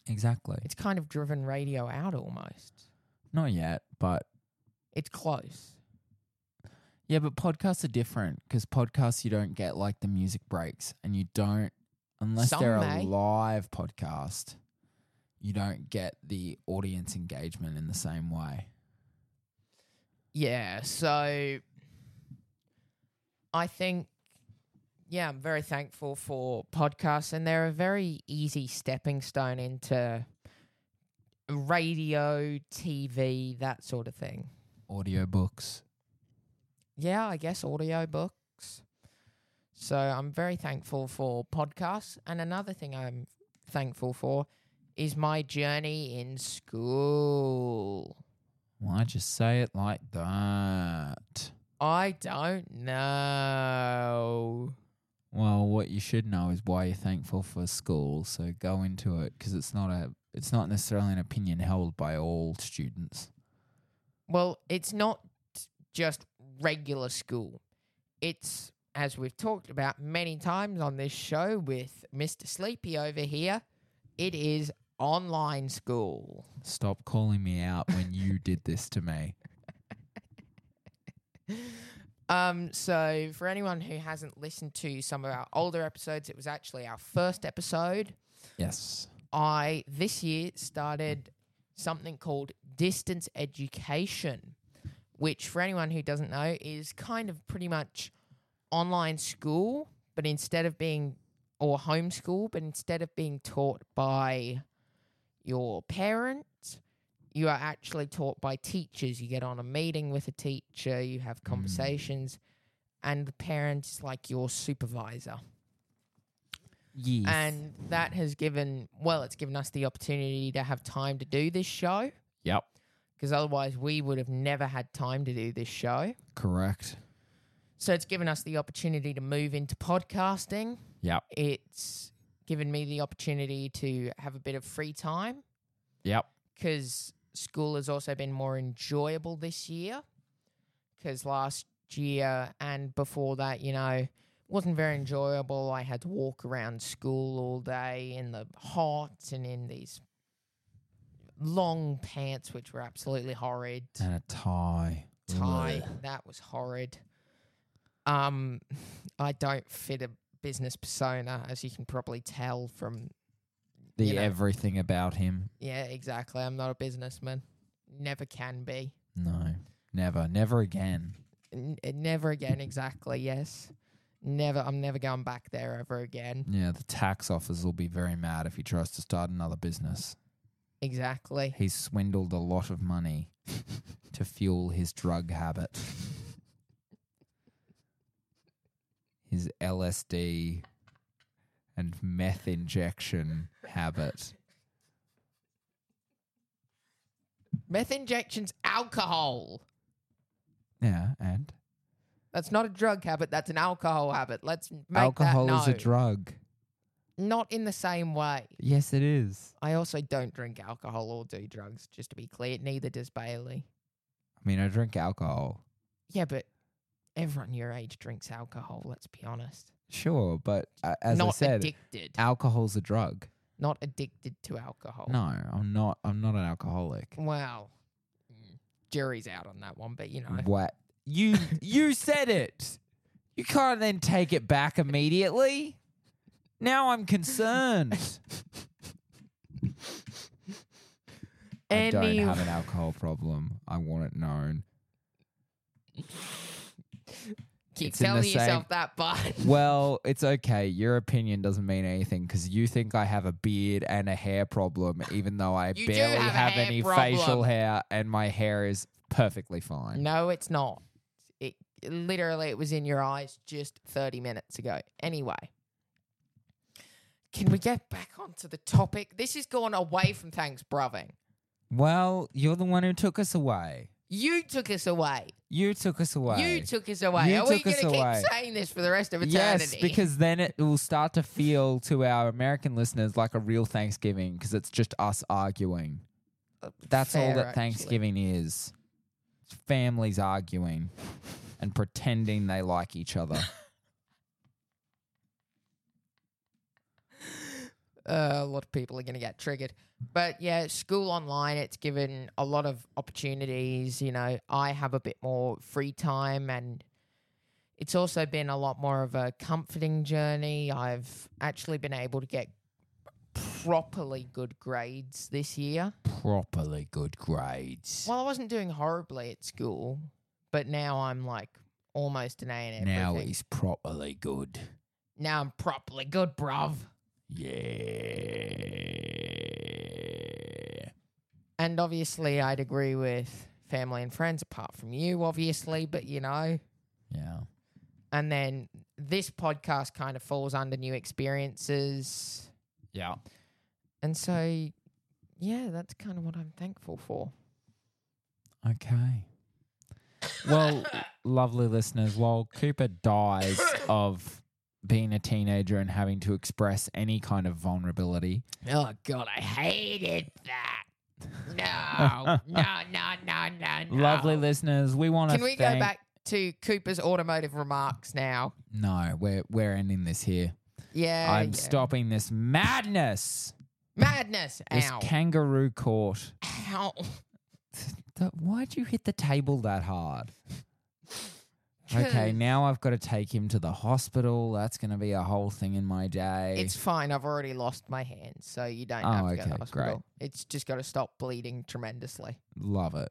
S2: exactly.
S3: It's kind of driven radio out almost.
S2: Not yet, but
S3: It's close.
S2: Yeah, but podcasts are different because podcasts you don't get like the music breaks, and you don't unless
S3: Some
S2: they're
S3: may.
S2: a live podcast. You don't get the audience engagement in the same way.
S3: Yeah, so I think yeah, I'm very thankful for podcasts, and they're a very easy stepping stone into radio, TV, that sort of thing.
S2: Audiobooks.
S3: Yeah, I guess audio books. So I'm very thankful for podcasts. And another thing I'm thankful for is my journey in school.
S2: Why'd you say it like that?
S3: I don't know.
S2: Well, what you should know is why you're thankful for school. So go into it because it's not a it's not necessarily an opinion held by all students.
S3: Well, it's not just regular school. It's, as we've talked about many times on this show with Mr. Sleepy over here, it is online school.
S2: Stop calling me out when you did this to me.
S3: Um, so, for anyone who hasn't listened to some of our older episodes, it was actually our first episode.
S2: Yes.
S3: I, this year, started something called distance education, which, for anyone who doesn't know, is kind of pretty much online school, but instead of being, or homeschool, but instead of being taught by your parents, you are actually taught by teachers. You get on a meeting with a teacher, you have conversations, and the parent is like your supervisor.
S2: Yes.
S3: And that has given, well, it's given us the opportunity to have time to do this show
S2: yep.
S3: because otherwise we would have never had time to do this show.
S2: Correct.
S3: So it's given us the opportunity to move into podcasting.
S2: Yep.
S3: It's given me the opportunity to have a bit of free time
S2: Yep.
S3: because school has also been more enjoyable this year. Because last year and before that, you know, wasn't very enjoyable. I had to walk around school all day in the hot and in these long pants, which were absolutely horrid.
S2: And a tie.
S3: Tie, that was horrid. Um, I don't fit a business persona, as you can probably tell from
S2: The
S3: You know.
S2: everything about him.
S3: yeah, exactly. I'm not a businessman. Never can be.
S2: No. Never. Never again.
S3: N- never again exactly yes never i'm never going back there ever again
S2: Yeah, the tax office will be very mad if he tries to start another business.
S3: exactly
S2: He's swindled a lot of money (laughs) to fuel his drug habit. His LSD and meth injection habit.
S3: meth injections alcohol
S2: Yeah, and
S3: that's not a drug habit that's an alcohol habit let's make
S2: alcohol
S3: that known.
S2: is a drug.
S3: not in the same way
S2: Yes, it is.
S3: i also don't drink alcohol or do drugs just to be clear neither does bailey
S2: I mean, I drink alcohol.
S3: yeah but everyone your age drinks alcohol let's be honest
S2: Sure, but uh, as
S3: not
S2: I said,
S3: addicted
S2: alcohol's a drug.
S3: not addicted to alcohol
S2: No, I'm not. I'm not an alcoholic.
S3: well mm, jury's out on that one but you know
S2: What you you said it. You can't then take it back immediately. Now I'm concerned. I don't have an alcohol problem. I want it known.
S3: Keep
S2: It's in the
S3: telling
S2: same-
S3: yourself that, (laughs) but
S2: Well, it's okay. Your opinion doesn't mean anything because you think I have a beard and a hair problem, even though I
S3: You do
S2: barely
S3: have a
S2: have,
S3: hair
S2: any
S3: problem.
S2: facial hair and my hair is perfectly fine.
S3: no, it's not. It literally it was in your eyes just 30 minutes ago. Anyway, can we get back onto the topic? This has gone away from thanks, brothering.
S2: Well, you're the one who took us away.
S3: You took us away.
S2: You took us away.
S3: You took us away.
S2: You
S3: Are we
S2: took us
S3: going to
S2: away.
S3: keep saying this for the rest of eternity?
S2: Yes, because then it will start to feel to our American listeners like a real Thanksgiving because it's just us arguing. That's all
S3: Uh, Fair,
S2: that
S3: actually.
S2: Thanksgiving is. It's families arguing and pretending they like each
S3: (laughs)
S2: other.
S3: uh, a lot of people are going to get triggered. But yeah, school online, it's given a lot of opportunities. You know, I have a bit more free time and it's also been a lot more of a comforting journey. I've actually been able to get properly good grades this year.
S2: Properly good grades.
S3: Well, I wasn't doing horribly at school, but now I'm like almost an A in everything.
S2: properly good.
S3: Now I'm properly good, bruv.
S2: Yeah.
S3: And obviously, I'd agree with family and friends, apart from you, obviously, but you know.
S2: Yeah.
S3: And then this podcast kind of falls under new experiences.
S2: Yeah.
S3: And so, yeah, that's kind of what I'm thankful for.
S2: Okay. Well, lovely listeners, while Cooper dies of being a teenager and having to express any kind of vulnerability,
S3: Oh, God, I hated (laughs) that. No, no, no, no, no, no.
S2: lovely listeners, we want to
S3: Can we go back to Cooper's automotive remarks now?
S2: No, we're we're ending this here.
S3: Yeah.
S2: I'm
S3: yeah.
S2: stopping this madness.
S3: Madness.
S2: This
S3: Ow.
S2: kangaroo court.
S3: Ow.
S2: Th- Why'd you hit the table that
S3: (laughs)
S2: hard? Okay, now I've got to take him to the hospital. That's going to be a whole thing in my day.
S3: It's fine. I've already lost my hand, so you don't
S2: Oh,
S3: have to go to the
S2: okay,
S3: hospital. It's just got to stop bleeding tremendously.
S2: Love it.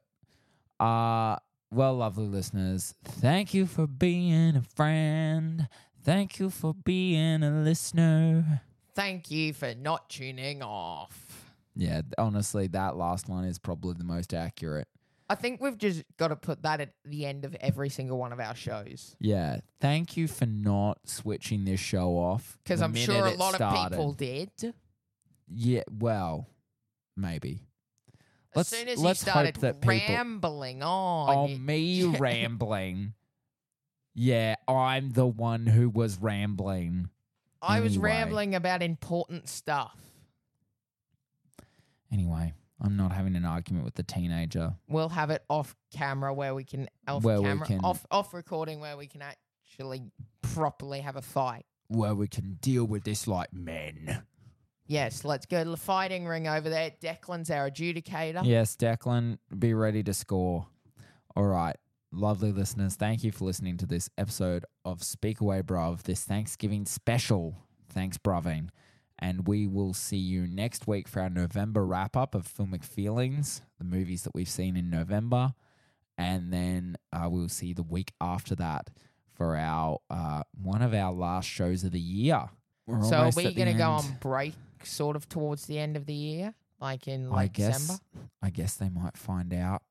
S2: Uh well, lovely listeners, thank you for being a friend. Thank you for being a listener.
S3: Thank you for not tuning off.
S2: Yeah, honestly, that last one is probably the most accurate.
S3: I think we've just got to put that at the end of every single one of our shows
S2: Yeah, thank you for not switching this show off.
S3: because
S2: the
S3: I'm
S2: minute
S3: sure a
S2: it
S3: lot of
S2: started.
S3: people did.
S2: Yeah, well, maybe. Let's-
S3: as soon as
S2: let's
S3: you started
S2: hope that people-
S3: rambling on,
S2: Oh,
S3: you- (laughs)
S2: me rambling. Yeah, I'm the one who was rambling.
S3: I was
S2: anyway.
S3: rambling about important stuff.
S2: Anyway, I'm not having an argument with the teenager.
S3: We'll have it off camera where we can off
S2: Where we
S3: camera
S2: can-
S3: off off recording where we can actually properly have a fight.
S2: where we can deal with this like men.
S3: Yes, let's go to the fighting ring over there. Declan's our adjudicator.
S2: Yes, Declan, be ready to score. All right. Lovely listeners, thank you for listening to this episode of Speak Away Bruv, this Thanksgiving special. Thanks, Broving. And we will see you next week for our November wrap up of Filmic Feelings, the movies that we've seen in November. And then uh, we'll see you the week after that for our uh, one of our last shows of the year. We're
S3: So are
S2: almost
S3: we
S2: at the
S3: going to go
S2: end.
S3: on break sort of towards the end of the year, like in late
S2: I guess
S3: December?
S2: I guess they might find out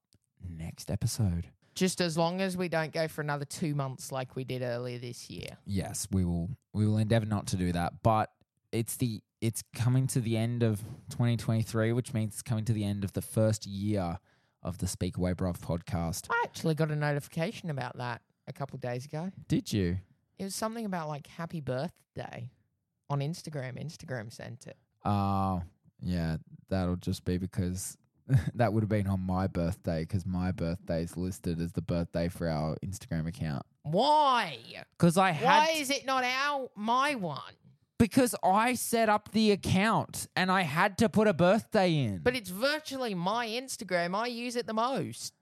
S2: next episode.
S3: Just as long as we don't go for another two months like we did earlier this year.
S2: Yes, we will we will endeavor not to do that, but it's the it's coming to the end of 2023, which means it's coming to the end of the first year of the Speak Away Bruv podcast.
S3: I actually got a notification about that a couple days ago.
S2: Did you?
S3: It was something about like happy birthday on Instagram. Instagram sent it.
S2: Oh, yeah, that'll just be because (laughs) that would have been on my birthday because my birthday is listed as the birthday for our Instagram account.
S3: Why?
S2: Because I had
S3: Why is it not our my one?
S2: because I set up the account and I had to put a birthday in.
S3: But it's virtually my Instagram. I use it the most.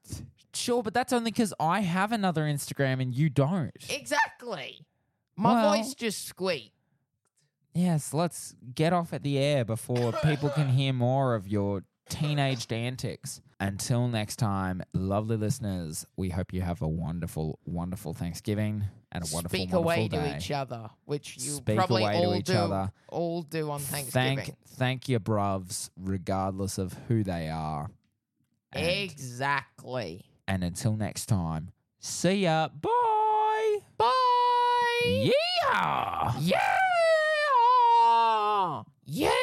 S2: Sure, but that's only because I have another Instagram and you don't.
S3: Exactly. My
S2: Well-
S3: voice just squeaked.
S2: yes, let's get off at the air
S3: (laughs)
S2: before people can hear more of your teenaged antics. Until next time, lovely listeners, we hope you have a wonderful, wonderful Thanksgiving and a wonderful,
S3: Speak
S2: wonderful
S3: away
S2: day.
S3: to each other, which you
S2: Speak
S3: probably
S2: away to
S3: all
S2: each
S3: do.
S2: other.
S3: All do on Thanksgiving.
S2: Thank, thank your bruvs, regardless of who they are. And,
S3: exactly.
S2: and until next time, see ya. Bye.
S3: Bye.
S2: Yeah.
S3: Yeah. Yeah.